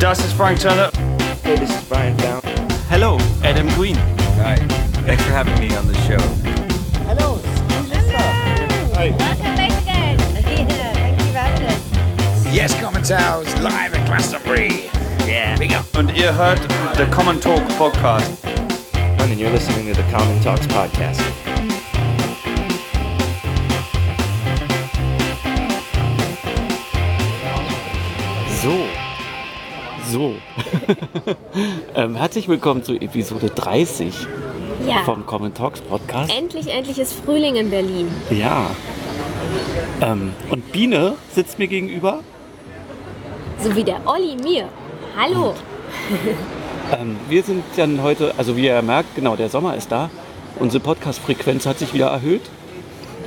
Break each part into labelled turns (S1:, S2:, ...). S1: Das ist Frank Turner. Hey, this is Brian Down.
S2: Hello, Adam Green.
S3: Hi. Thanks for having me on the show.
S4: Hello,
S1: Hey.
S5: Welcome back again. Yeah, thank you for having us.
S3: Yes, Commons House, live at Glastonbury. Yeah. Big up.
S2: Und ihr hört The Common Talk Podcast.
S1: And you're listening to the Common Talks podcast.
S6: So. So. ähm, herzlich willkommen zu Episode 30
S5: Ja.
S6: vom Common Talks Podcast.
S5: Endlich, endlich ist Frühling in Berlin.
S6: Ja. Ähm, und Biene sitzt mir gegenüber.
S5: So wie der Olli mir. Hallo.
S6: Ähm, wir sind dann heute, also wie ihr merkt, genau, der Sommer ist da. Unsere Podcast-Frequenz hat sich wieder erhöht.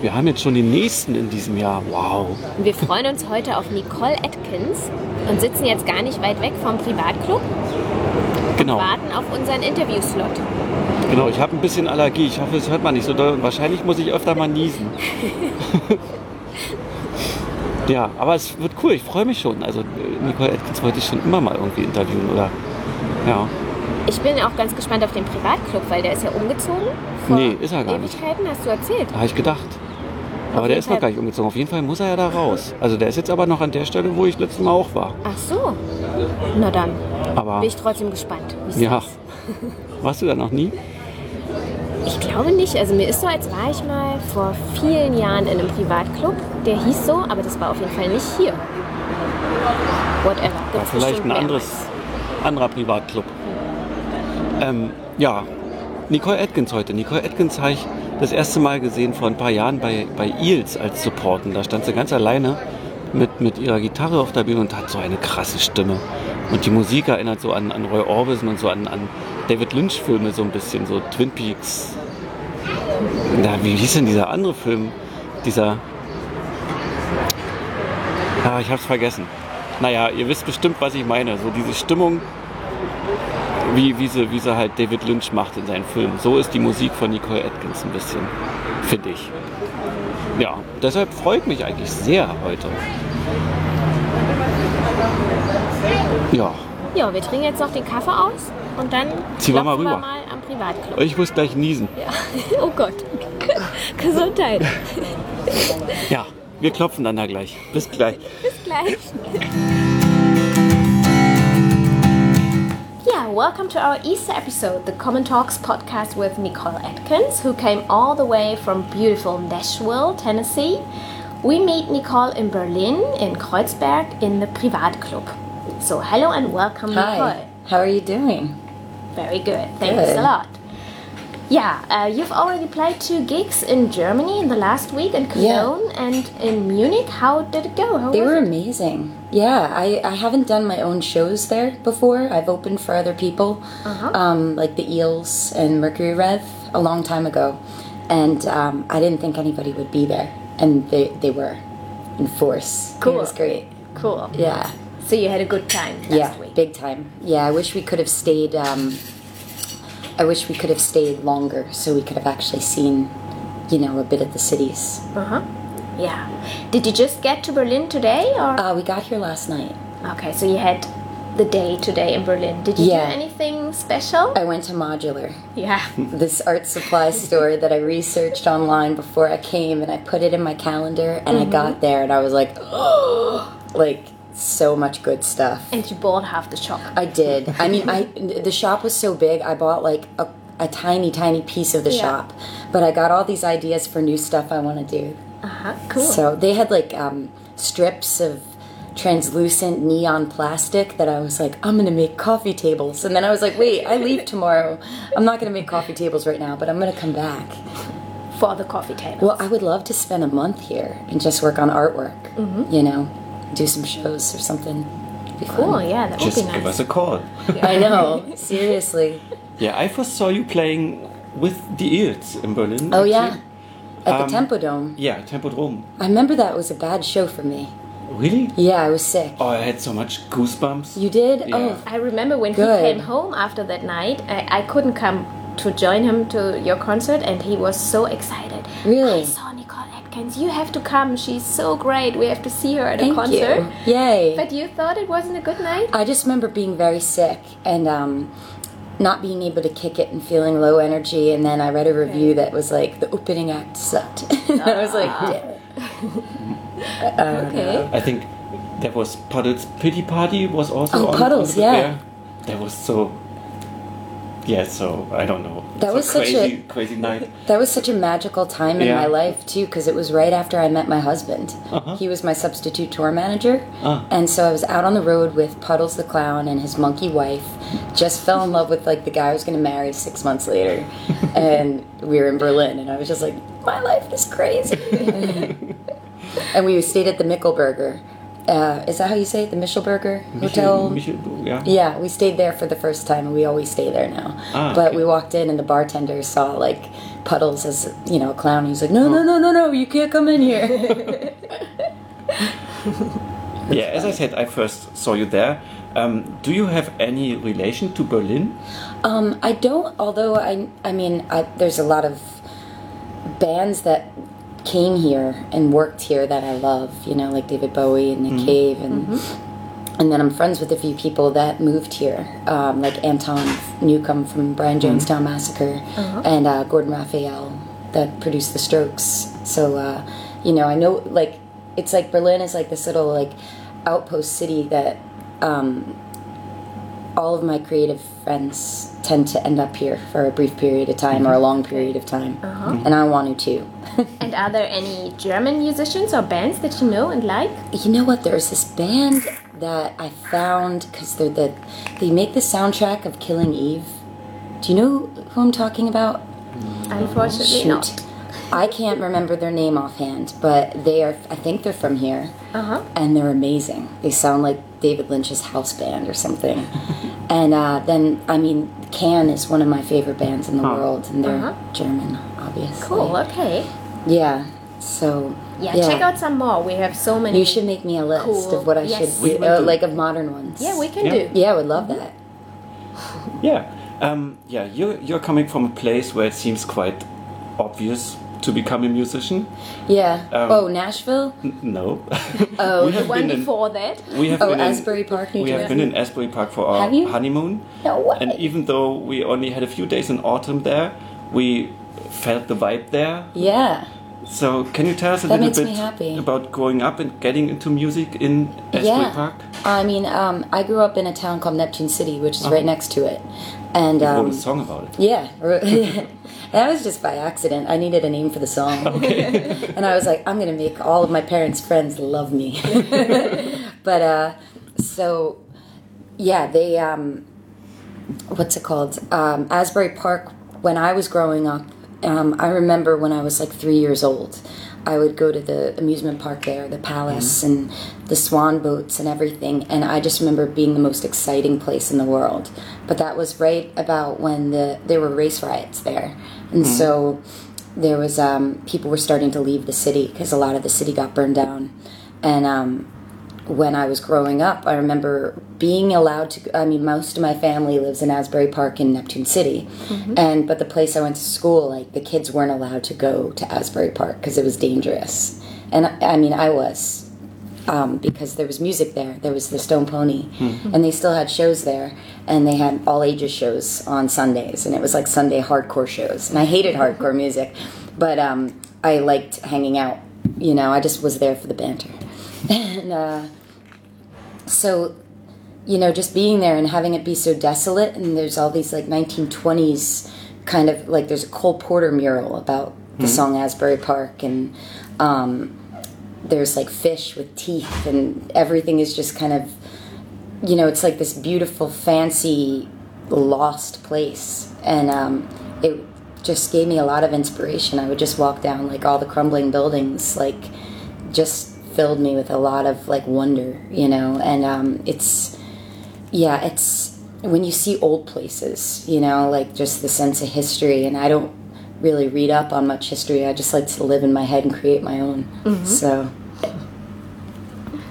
S6: Wir haben jetzt schon den nächsten in diesem Jahr. Wow.
S5: Und wir freuen uns heute auf Nicole Atkins und sitzen jetzt gar nicht weit weg vom Privatclub,
S6: Genau.
S5: warten auf unseren Interviewslot.
S6: Genau, ich habe ein bisschen Allergie. Ich hoffe, es hört man nicht so doll. Und wahrscheinlich muss ich öfter mal niesen. ja, aber es wird cool. Ich freue mich schon. Also äh, Nicole Atkins wollte ich schon immer mal irgendwie interviewen, oder? Ja.
S5: Ich bin auch ganz gespannt auf den Privatclub, weil der ist ja umgezogen. Vor
S6: Nee, ist er gar nicht.
S5: Ewigkeiten hast du erzählt.
S6: Da habe ich gedacht. Aber der
S5: jeden
S6: ist noch
S5: Fall.
S6: gar nicht umgezogen. Auf jeden Fall muss er ja da raus. Also der ist jetzt aber noch an der Stelle, wo ich letztes Mal auch war.
S5: Ach so. Na dann,
S6: Aber
S5: bin ich trotzdem gespannt. wie's
S6: ja.
S5: ist.
S6: Warst du da noch nie?
S5: Ich glaube nicht. Also mir ist so, als war ich mal vor vielen Jahren in einem Privatclub. Der hieß so, aber das war auf jeden Fall nicht hier. Whatever.
S6: War
S5: Gibt's
S6: vielleicht
S5: bestimmt
S6: ein anderes,
S5: mehrmals.
S6: anderer Privatclub. Ähm, ja, Nicole Atkins heute. Nicole Atkins habe ich das erste Mal gesehen vor ein paar Jahren bei, bei Eels als Supporten. Da stand sie ganz alleine mit, mit ihrer Gitarre auf der Bühne und hat so eine krasse Stimme. Und die Musik erinnert so an, an Roy Orbison und so an, an David Lynch-Filme so ein bisschen, so Twin Peaks. Na, wie hieß denn dieser andere Film? Dieser. Ah, ich hab's vergessen. Naja, ihr wisst bestimmt, was ich meine. So diese Stimmung, wie, wie, sie, wie sie halt David Lynch macht in seinen Filmen. So ist die Musik von Nicole Atkins ein bisschen, finde ich. Ja, deshalb freut mich eigentlich sehr heute. Ja,
S5: Ja, wir trinken jetzt noch den Kaffee aus und dann
S6: Ziehen wir mal
S5: klopfen
S6: rüber.
S5: mal am Privatclub.
S6: ich muss gleich niesen.
S5: Ja. Oh Gott. Gesundheit.
S6: Ja, wir klopfen dann da gleich. Bis gleich.
S5: Bis gleich. Yeah, welcome to our Easter episode, the Common Talks podcast with Nicole Atkins, who came all the way from beautiful Nashville, Tennessee. We meet Nicole in Berlin, in Kreuzberg, in the Privatclub. So, hello and welcome,
S4: Hi.
S5: Nicole.
S4: How are you doing?
S5: Very good. Thanks
S4: Good.
S5: a lot. Yeah, uh, you've already played two gigs in Germany in the last week, in Cologne and in Munich. How did it go? How
S4: They
S5: was
S4: were
S5: it?
S4: amazing. Yeah, I, I haven't done my own shows there before. I've opened for other people,
S5: Uh-huh.
S4: um, like the Eels and Mercury Rev, a long time ago. And um, I didn't think anybody would be there. And they, they were in force.
S5: Cool.
S4: It was great.
S5: Cool.
S4: Yeah.
S5: So you had a good time last
S4: yeah,
S5: week.
S4: big time. Yeah, I wish we could have stayed. Um, I wish we could have stayed longer so we could have actually seen, you know, a bit of the cities.
S5: Yeah. Did you just get to Berlin today or
S4: Uh, we got here last night.
S5: Okay, so you had the day today in Berlin. Did you
S4: Yeah. Uh,
S5: do anything special?
S4: I went to Modular,
S5: yeah.
S4: this art supply store that I researched online before I came, and I put it in my calendar. And I got there, and I was like, like so much good stuff.
S5: and you bought half the shop.
S4: I did. I mean, I the shop was so big. I bought like a, a tiny, tiny piece of the
S5: Yeah.
S4: shop, but I got all these ideas for new stuff I want to do.
S5: Uh-huh. Cool.
S4: So they had like um, strips of translucent neon plastic that I was like, I'm gonna make coffee tables, and then I was like, wait, I leave tomorrow. I'm not gonna make coffee tables right now, but I'm gonna come back.
S5: For the coffee table.
S4: Well, I would love to spend a month here and just work on artwork.
S5: Mm-hmm.
S4: You know, do some shows or something. It'd be
S5: cool,
S4: fun.
S5: yeah, that would be
S6: Just
S5: nice.
S6: give us a call.
S4: I know. Seriously.
S6: Yeah, I first saw you playing with the Eels in Berlin.
S4: Oh
S6: actually.
S4: yeah, at the
S6: Um,
S4: Tempo Dome.
S6: Yeah, Tempodrom.
S4: I remember that was a bad show for me.
S6: Really?
S4: Yeah, I was sick.
S6: Oh, I had so much goosebumps.
S4: You did?
S6: Yeah.
S4: Oh,
S5: I remember when
S4: Good.
S5: he came home after that night, I, I couldn't come to join him to your concert and he was so excited.
S4: Really?
S5: I saw Nicole Atkins. Atkins, you have to come. She's so great. We have to see her at a
S4: Thank
S5: concert.
S4: you. Yay.
S5: But you thought it wasn't a good night?
S4: I just remember being very sick and um, not being able to kick it and feeling low energy. And then I read a review that was like, the opening act sucked. and I was like,
S5: Ah.
S4: damn it.
S5: Okay.
S4: Oh.
S6: I think there was Puddles Pity Party was also
S4: Oh,
S6: on.
S4: Puddles,
S6: on the-
S4: yeah.
S6: That was so. Yeah, so I don't know. It's
S4: That was
S6: a
S4: such
S6: crazy,
S4: a-
S6: crazy night.
S4: That was such a magical time in
S6: Yeah. Uh-huh.
S4: my life too, because it was right after I met my husband. He was my substitute tour manager,
S6: Ah.
S4: and so I was out on the road with Puddles the clown and his monkey wife. Just fell in love with like the guy I was going to marry six months later, and we were in Berlin, and I was just like, my life is crazy. and we stayed at the Mickelberger. Uh, is that how you say it? The Michelberger
S6: Michel,
S4: Hotel.
S6: Michel, yeah.
S4: Yeah, we stayed there for the first time, and we always stay there now.
S6: Ah,
S4: but
S6: okay.
S4: we walked in, and the bartender saw like puddles as you know a clown. He's like, "No, no, no, no, no, you can't come in here."
S6: Yeah, as I said, I first saw you there. Um, do you have any relation to Berlin?
S4: um, I don't. Although I, I mean, I, there's a lot of bands that came here and worked here that I love. You know, like David Bowie and Nick Cave, and and then I'm friends with a few people that moved here, um, like Anton Newcomb from Brian Jonestown Massacre and uh, Gordon Raphael that produced The Strokes. So, uh, you know, I know like it's like Berlin is like this little like outpost city that um, all of my creative friends tend to end up here for a brief period of time or a long period of time, and I wanted to.
S5: And are there any German musicians or bands that you know and like?
S4: you know what? There's this band that I found because they're the they make the soundtrack of Killing Eve. Do you know who I'm talking about?
S5: Unfortunately, not.
S4: I can't remember their name offhand, but they are. I think they're from here,
S5: Uh-huh.
S4: and they're amazing. They sound like David Lynch's house band or something. and uh, then, I mean, Can is one of my favorite bands in the world, and they're German, obviously.
S5: Uh-huh. Cool. Okay.
S4: Yeah. So
S5: Yeah, Check out some more. We have so many.
S4: You should make me a list
S5: Cool.
S4: of what I
S5: Yes.
S4: should
S5: We
S4: do,
S6: will
S4: uh,
S6: do.
S4: like of modern ones.
S5: Yeah, we can
S6: Yeah.
S5: do.
S4: Yeah, I would love that.
S6: Yeah, um, yeah. You're you're coming from a place where it seems quite obvious to become a musician.
S4: Yeah.
S6: Um,
S4: oh, Nashville?
S6: N- No. Oh, we have
S5: One
S6: been in-
S5: before that.
S6: we have
S4: Oh,
S6: been in-
S4: Asbury Park, New
S6: we have
S4: Jersey.
S6: been in Asbury Park for our
S4: Have you?
S6: honeymoon.
S4: No way.
S6: And even though we only had a few days in autumn there, we felt the vibe there.
S4: Yeah.
S6: So can you tell us a
S4: That
S6: little
S4: makes me
S6: bit
S4: happy.
S6: about growing up and getting into music in Asbury
S4: yeah.
S6: Park?
S4: I mean, um, I grew up in a town called Neptune City, which is right next to it. And
S6: Wrote a
S4: um,
S6: Uh-huh. song about it.
S4: yeah, that was just by accident. I needed a name for the song. and I was like, I'm going to make all of my parents' friends love me. but uh, so, yeah, they, um, what's it called? Um, Asbury Park, when I was growing up, um, I remember when I was like three years old, I would go to the amusement park there, the palace and the swan boats and everything. And I just remember it being the most exciting place in the world. But that was right about when the there were race riots there. And so there was um, people were starting to leave the city because a lot of the city got burned down. And um, when I was growing up, I remember being allowed to. I mean, most of my family lives in Asbury Park in Neptune City, and but the place I went to school, like the kids weren't allowed to go to Asbury Park because it was dangerous. And I, I mean, I was um, because there was music there. There was the Stone Pony, and they still had shows there, and they had all ages shows on Sundays, and it was like Sunday hardcore shows. And I hated hardcore music, but um, I liked hanging out. You know, I just was there for the banter, and. Uh, so you know just being there and having it be so desolate and there's all these like 1920s kind of like there's a cole porter mural about the song asbury park and um, there's like fish with teeth and everything is just kind of you know it's like this beautiful fancy lost place and um, it just gave me a lot of inspiration i would just walk down like all the crumbling buildings like just filled me with a lot of like wonder, you know. And um, it's yeah, it's when you see old places, you know, like just the sense of history. And I don't really read up on much history. I just like to live in my head and create my own. So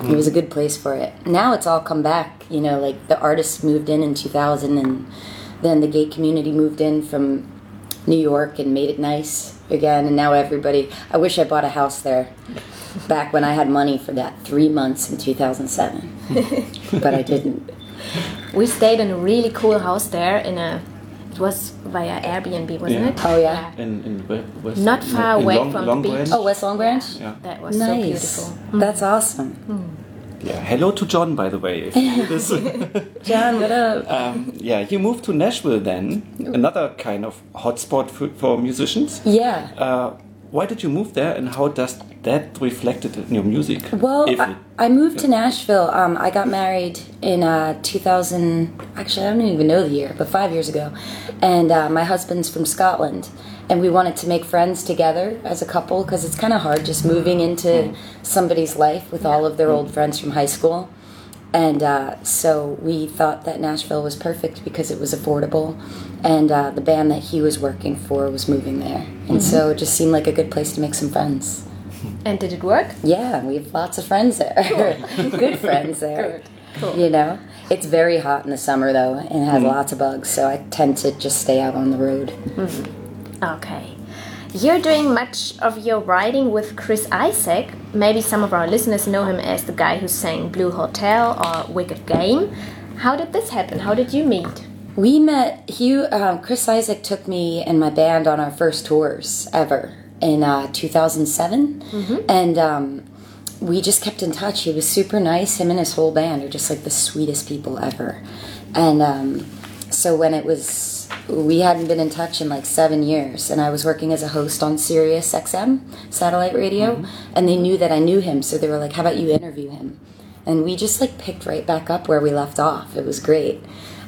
S4: it was a good place for it. Now it's all come back, you know. Like the artists moved in in 2000, and then the gay community moved in from New York and made it nice. again, and now everybody. I wish I bought a house there back when I had money for that three months in 2007, but I didn't.
S5: We stayed in a really cool house there. In a, it was via Airbnb, wasn't
S6: Yeah.
S5: it?
S4: Oh, yeah.
S6: In, in we- West,
S5: Not far
S6: in
S5: away
S6: Long,
S5: from the
S6: Long
S5: beach.
S6: Branch.
S4: Oh, West Long Branch?
S6: Yeah.
S5: That was so
S4: Nice.
S5: beautiful.
S4: That's awesome.
S6: Yeah. Hello to John, by the way. if you do this.
S4: John, what up?
S6: um, yeah, you moved to Nashville then, another kind of hotspot for, for musicians.
S4: Yeah.
S6: Uh, why did you move there, and how does that reflected in your music?
S4: Well,
S6: If
S4: I,
S6: it-
S4: I moved to Nashville. Um, I got married in uh, 2000. Actually, I don't even know the year, but five years ago. And uh, my husband's from Scotland, and we wanted to make friends together as a couple because it's kind of hard just moving into somebody's life with all of their old friends from high school. And uh, so we thought that Nashville was perfect because it was affordable, and uh, the band that he was working for was moving there, and so it just seemed like a good place to make some friends.
S5: And did it work?
S4: Yeah, we have lots of friends there. Good friends there. You know, it's very hot in the summer though, and has lots of bugs. So I tend to just stay out on the road.
S5: Okay. You're doing much of your writing with Chris Isaac. Maybe some of our listeners know him as the guy who sang Blue Hotel or Wicked Game. How did this happen? How did you meet?
S4: We met Hugh. Um, Chris Isaac took me and my band on our first tours ever in uh, 2007, and um, we just kept in touch. He was super nice. Him and his whole band are just like the sweetest people ever. And um, so when it was, we hadn't been in touch in like seven years, and I was working as a host on Sirius XM satellite radio, and they knew that I knew him, so they were like, "How about you interview him?" And we just like picked right back up where we left off. It was great.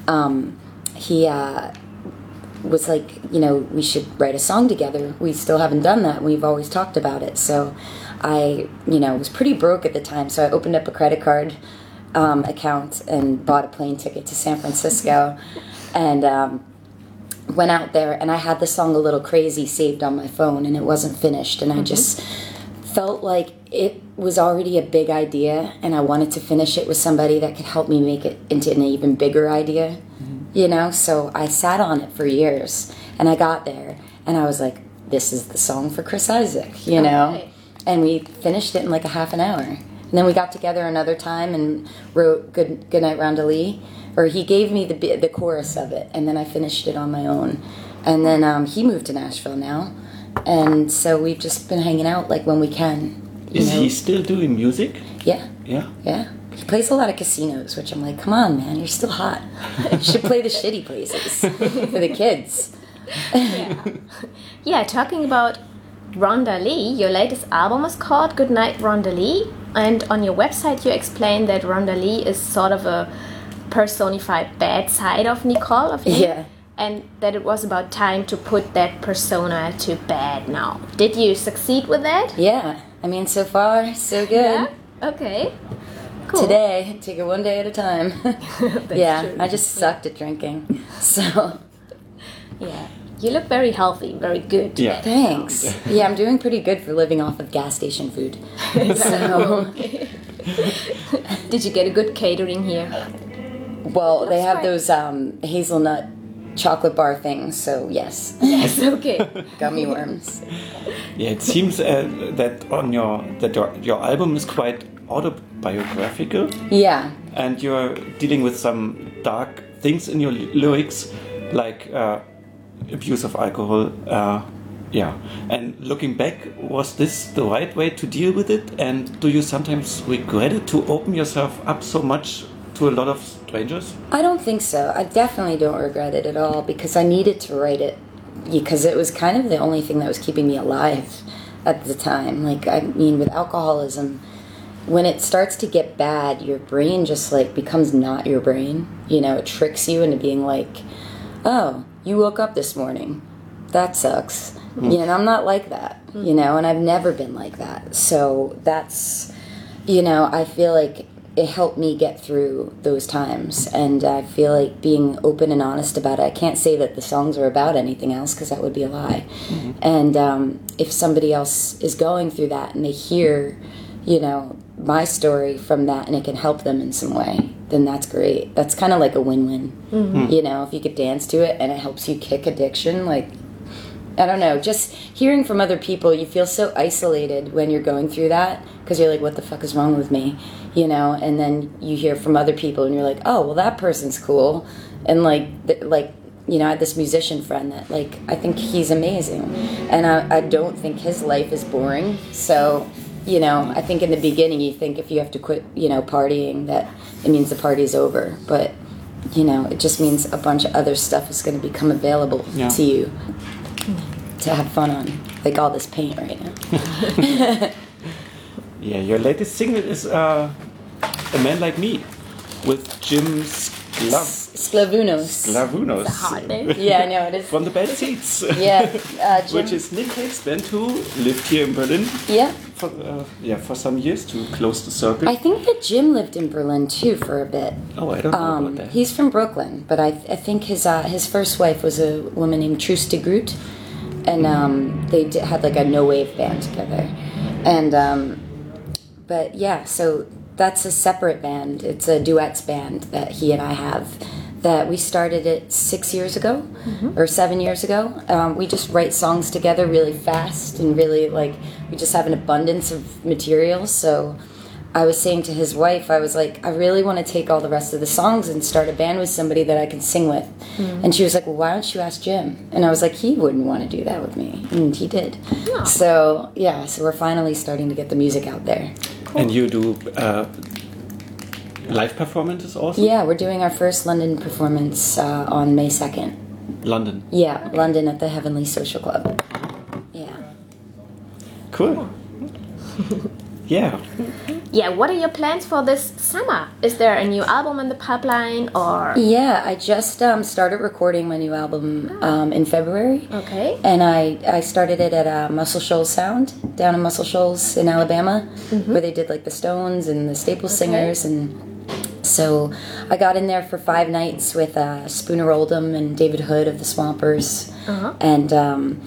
S4: Um, he uh, was like, you know, we should write a song together. We still haven't done that. We've always talked about it. So I, you know, was pretty broke at the time. So I opened up a credit card um, account and bought a plane ticket to San Francisco and um, went out there. And I had the song A Little Crazy saved on my phone and it wasn't finished. And I just felt like it was already a big idea and I wanted to finish it with somebody that could help me make it into an even bigger idea. You know, so I sat on it for years and I got there and I was like, this is the song for Chris Isaac, you know?
S5: Okay.
S4: And we finished it in like a half an hour. And then we got together another time and wrote Good Goodnight Rondelee, or he gave me the, bi- the chorus of it and then I finished it on my own. And then um, he moved to Nashville now. And so we've just been hanging out like when we can. you
S6: is
S4: know?
S6: he still doing music?
S4: Yeah,
S6: Yeah.
S4: yeah. He plays a lot of casinos, which I'm like, come on, man, you're still hot. You should play the shitty places for the kids.
S5: Yeah, talking about Rhonda Lee, your latest album is called Goodnight Rhonda Lee, and on your website you explain that Rhonda Lee is sort of a personified bad side of Nicole of you,
S4: Yeah.
S5: and that it was about time to put that persona to bed now. Did you succeed with that?
S4: Yeah, I mean, so far, so good.
S5: Okay. Cool.
S4: Today, take it one day at a time.
S5: That's
S4: yeah,
S5: true.
S4: I just sucked at drinking. So,
S5: Yeah. You look very healthy, very good.
S6: Yeah.
S4: thanks. Yeah, I'm doing pretty good for living off of gas station food. So,
S5: Did you get a good catering here?
S4: well, they
S5: That's
S4: have
S5: right.
S4: those um, hazelnut chocolate bar things, so yes,
S5: Yes. Okay.
S4: gummy worms.
S6: Yeah, it seems uh, that on your that your, your album is quite autobiographical,
S4: Yeah,
S6: and you're dealing with some dark things in your ly- lyrics, like uh, abuse of alcohol. Uh, yeah, and looking back, was this the right way to deal with it? And do you sometimes regret it to open yourself up so much to a lot of strangers?
S4: I don't think so. I definitely don't regret it at all because I needed to write it because it was kind of the only thing that was keeping me alive at the time. Like, I mean, with alcoholism, when it starts to get bad, your brain just like becomes not your brain. You know, it tricks you into being like, oh, you woke up this morning. That sucks. You know, and I'm not like that, you know, and I've never been like that. So that's you know, I feel like it helped me get through those times. And I feel like being open and honest about it, I can't say that the songs are about anything else because that would be a lie. And um, if somebody else is going through that and they hear, you know, my story from that and it can help them in some way, then that's great. That's kind of like a win win. You know, if you could dance to it and it helps you kick addiction, like, I don't know. Just hearing from other people, you feel so isolated when you're going through that because you're like, what the fuck is wrong with me? You know, and then you hear from other people and you're like, oh, well, that person's cool. And like, th- like, you know, I had this musician friend that like, I think he's amazing. And I, I don't think his life is boring. So, you know, I think in the beginning you think if you have to quit, you know, partying, that it means the party's over. But, you know, it just means a bunch of other stuff is going to become available
S6: Yeah.
S4: to you to have fun on, like all this paint right now.
S6: Yeah, your latest single is uh, A Man Like Me with Jim Sclav
S4: Sclavunos.
S6: Sclavunos.
S5: Hard name.
S4: yeah, I know it is.
S6: From the Bad Seeds.
S4: Yeah, uh, Jim.
S6: Which is Nick Hake's band who lived here in Berlin
S4: yeah.
S6: for, uh, yeah, for some years to close the circle.
S4: I think that Jim lived in Berlin too for a bit.
S6: oh, I don't know about
S4: Um,
S6: that.
S4: he's from Brooklyn, but I, I think his uh, his first wife was a woman named Truce de Groot, and um, they d- had like a no wave band together, and um, but yeah, so that's a separate band. It's a duets band that he and I have. That we started it six years ago or seven years ago. Um, we just write songs together really fast and really like we just have an abundance of material. So I was saying to his wife, I was like, I really want to take all the rest of the songs and start a band with somebody that I can sing with. And she was like, Well, why don't you ask Jim? And I was like, He wouldn't want to do that with me. And he did. So, yeah, so we're finally starting to get the music out there.
S6: And you do uh, live performances also?
S4: Yeah, we're doing our first London performance uh, on May 2nd.
S6: London.
S4: Yeah, London at the Heavenly Social Club. Yeah.
S6: Cool. yeah.
S5: Yeah, what are your plans for this summer? Is there a new album in the pipeline or
S4: Yeah, I just um, started recording my new album um, in February.
S5: eh? Okay.
S4: And I, I started it at uh, Muscle Shoals Sound down in Muscle Shoals in Alabama, where they did like the Stones and the Staple Singers. And so I got in there for five nights with uh, Spooner Oldham and David Hood of the Swampers and um,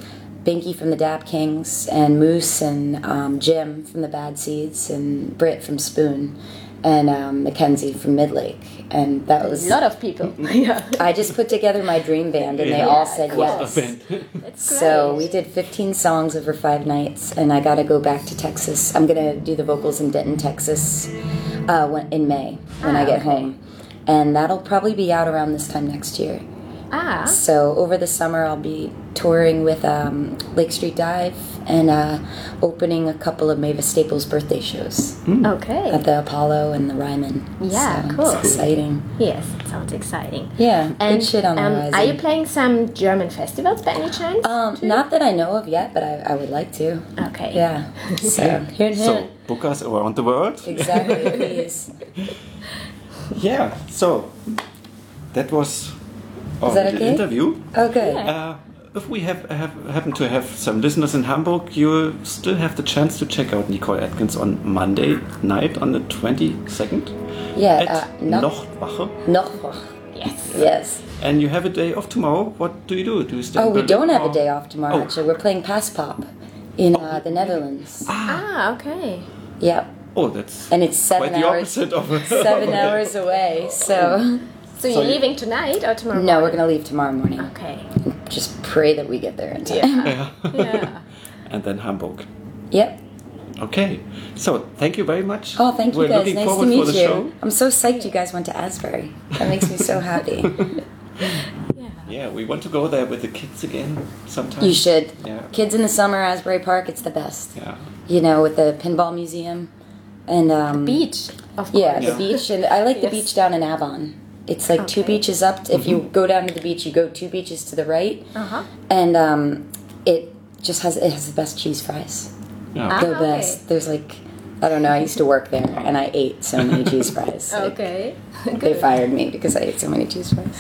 S4: Binky from the Dap Kings and Moose and um, Jim from the Bad Seeds and Britt from Spoon and um, Mackenzie from Midlake. And that
S5: a
S4: was.
S5: lot of people? yeah.
S4: I just put together my dream band and they all said yes.
S5: That's great.
S4: So we did 15 songs over five nights, and I got to go back to Texas. I'm gonna do the vocals in Denton, Texas, uh, when, in May when I
S5: Ah.
S4: get home, and that'll probably be out around this time next year.
S5: Ah.
S4: So over the summer, I'll be touring with um, Lake Street Dive and uh, opening a couple of Mavis Staples birthday shows
S5: Okay.
S4: at the Apollo and the Ryman.
S5: Yeah,
S4: so
S5: cool.
S4: It's exciting.
S5: Yes, it sounds exciting.
S4: Yeah,
S5: And
S4: good shit on the
S5: um,
S4: horizon.
S5: are you playing some German festivals by any chance?
S4: um, not that I know of yet, but I, I would like to.
S5: okay.
S4: Yeah. So, here and
S6: So, book us around the world.
S4: Exactly, please.
S6: Yeah, so that was our
S4: that
S6: little
S4: okay?
S6: interview.
S4: Oh, good.
S6: Uh, if we have, have happen to have some listeners in Hamburg, you still have the chance to check out Nicole Atkins on Monday night on the 22nd
S4: Yeah,
S6: at
S4: uh, no-
S6: Nochtwache.
S4: Noch.
S5: Yes.
S4: Yes.
S6: And you have a day off tomorrow. What do you do? Do you stay
S4: Oh,
S6: in
S4: we
S6: Berlin
S4: don't have
S6: or-
S4: a day off tomorrow,
S6: Oh.
S4: actually. We're playing Pass Pop in uh, the Netherlands.
S5: Ah, okay.
S4: Yep.
S6: Oh, that's
S4: And it's seven
S6: quite the
S4: hours.
S6: opposite of
S4: Seven hours away, so.
S5: So you're leaving tonight or tomorrow?
S4: No, we're
S5: morning?
S4: gonna leave tomorrow morning.
S5: Okay.
S4: Just pray that we get there in time.
S5: Yeah.
S6: and then Hamburg.
S4: Yep.
S6: Okay, so thank you very much.
S4: Oh, thank you
S6: We're
S4: guys.
S6: looking
S4: Nice to
S6: forward
S4: meet
S6: for the
S4: you.
S6: show.
S4: I'm so psyched you guys went to Asbury. That makes me so happy.
S6: Yeah, we want to go there with the kids again sometime.
S4: you should.
S6: Yeah.
S4: Kids in the summer, Asbury Park, it's the best.
S6: Yeah.
S4: You know, with the pinball museum and um,
S5: Beach, of course.
S4: Yeah,
S6: Yeah.
S4: the beach, and I like the
S5: Yes.
S4: beach down in Avon. It's like two
S5: Okay.
S4: beaches up. If you go down to the beach, you go two beaches to the right,
S5: Uh-huh.
S4: and um, it just has it has the best cheese fries.
S6: Yeah.
S4: The
S5: Ah, okay.
S4: best. There's like I don't know. I used to work there, and I ate so many cheese fries. Like,
S5: Okay.
S4: They fired me because I ate so many cheese fries.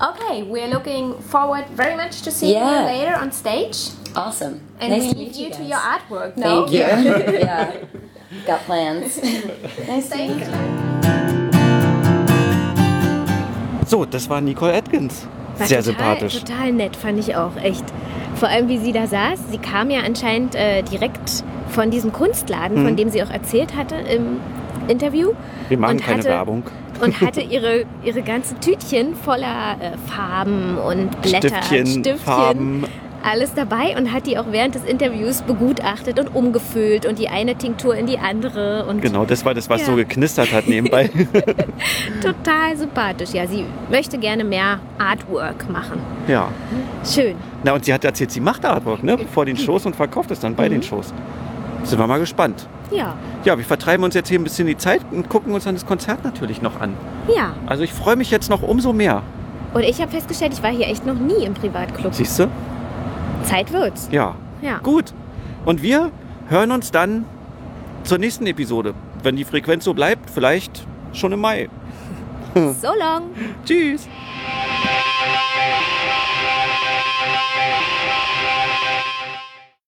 S5: Okay, we're looking forward very much to seeing
S4: Yeah.
S5: you later on stage.
S4: Awesome.
S5: And
S4: nice
S5: we
S4: to
S5: leave
S4: meet
S5: you,
S4: you.
S5: to
S4: guys.
S5: your artwork. No?
S4: Thank you. yeah. Got plans. nice to meet
S5: Thank
S4: you.
S5: you.
S6: So, das war Nicole Atkins.
S5: War
S6: Sehr
S5: total,
S6: sympathisch.
S5: Total nett, fand ich auch, echt. Vor allem, wie sie da saß. Sie kam ja anscheinend äh, direkt von diesem Kunstladen, von dem sie auch erzählt hatte im Interview.
S6: Mhm. Wir machen
S5: Und
S6: keine
S5: hatte-
S6: Werbung.
S5: Und hatte ihre, ihre ganzen Tütchen voller äh, Farben und Blätter,
S6: Stiftchen, Farben,
S5: alles dabei und hat die auch während des Interviews begutachtet und umgefüllt und die eine Tinktur in die andere und
S6: Genau, das war das, was
S5: Ja.
S6: so geknistert hat nebenbei.
S5: total sympathisch. Ja, sie möchte gerne mehr Artwork machen.
S6: ja.
S5: Schön.
S6: Na, und sie hat erzählt, sie macht Artwork, ne? Vor
S5: Mhm.
S6: den Shows und verkauft es dann bei den Shows. Sind wir mal gespannt.
S5: Ja,
S6: Ja, wir vertreiben uns jetzt hier ein bisschen die Zeit und gucken uns dann das Konzert natürlich noch an.
S5: ja.
S6: Also ich freue mich jetzt noch umso mehr.
S5: Und ich habe festgestellt, ich war hier echt noch nie im Privatclub.
S6: Siehst du?
S5: Zeit wird's.
S6: Ja.
S5: Ja.
S6: Gut. Und wir hören uns dann zur nächsten Episode. Wenn die Frequenz so bleibt, vielleicht schon im Mai.
S5: So long.
S6: Tschüss.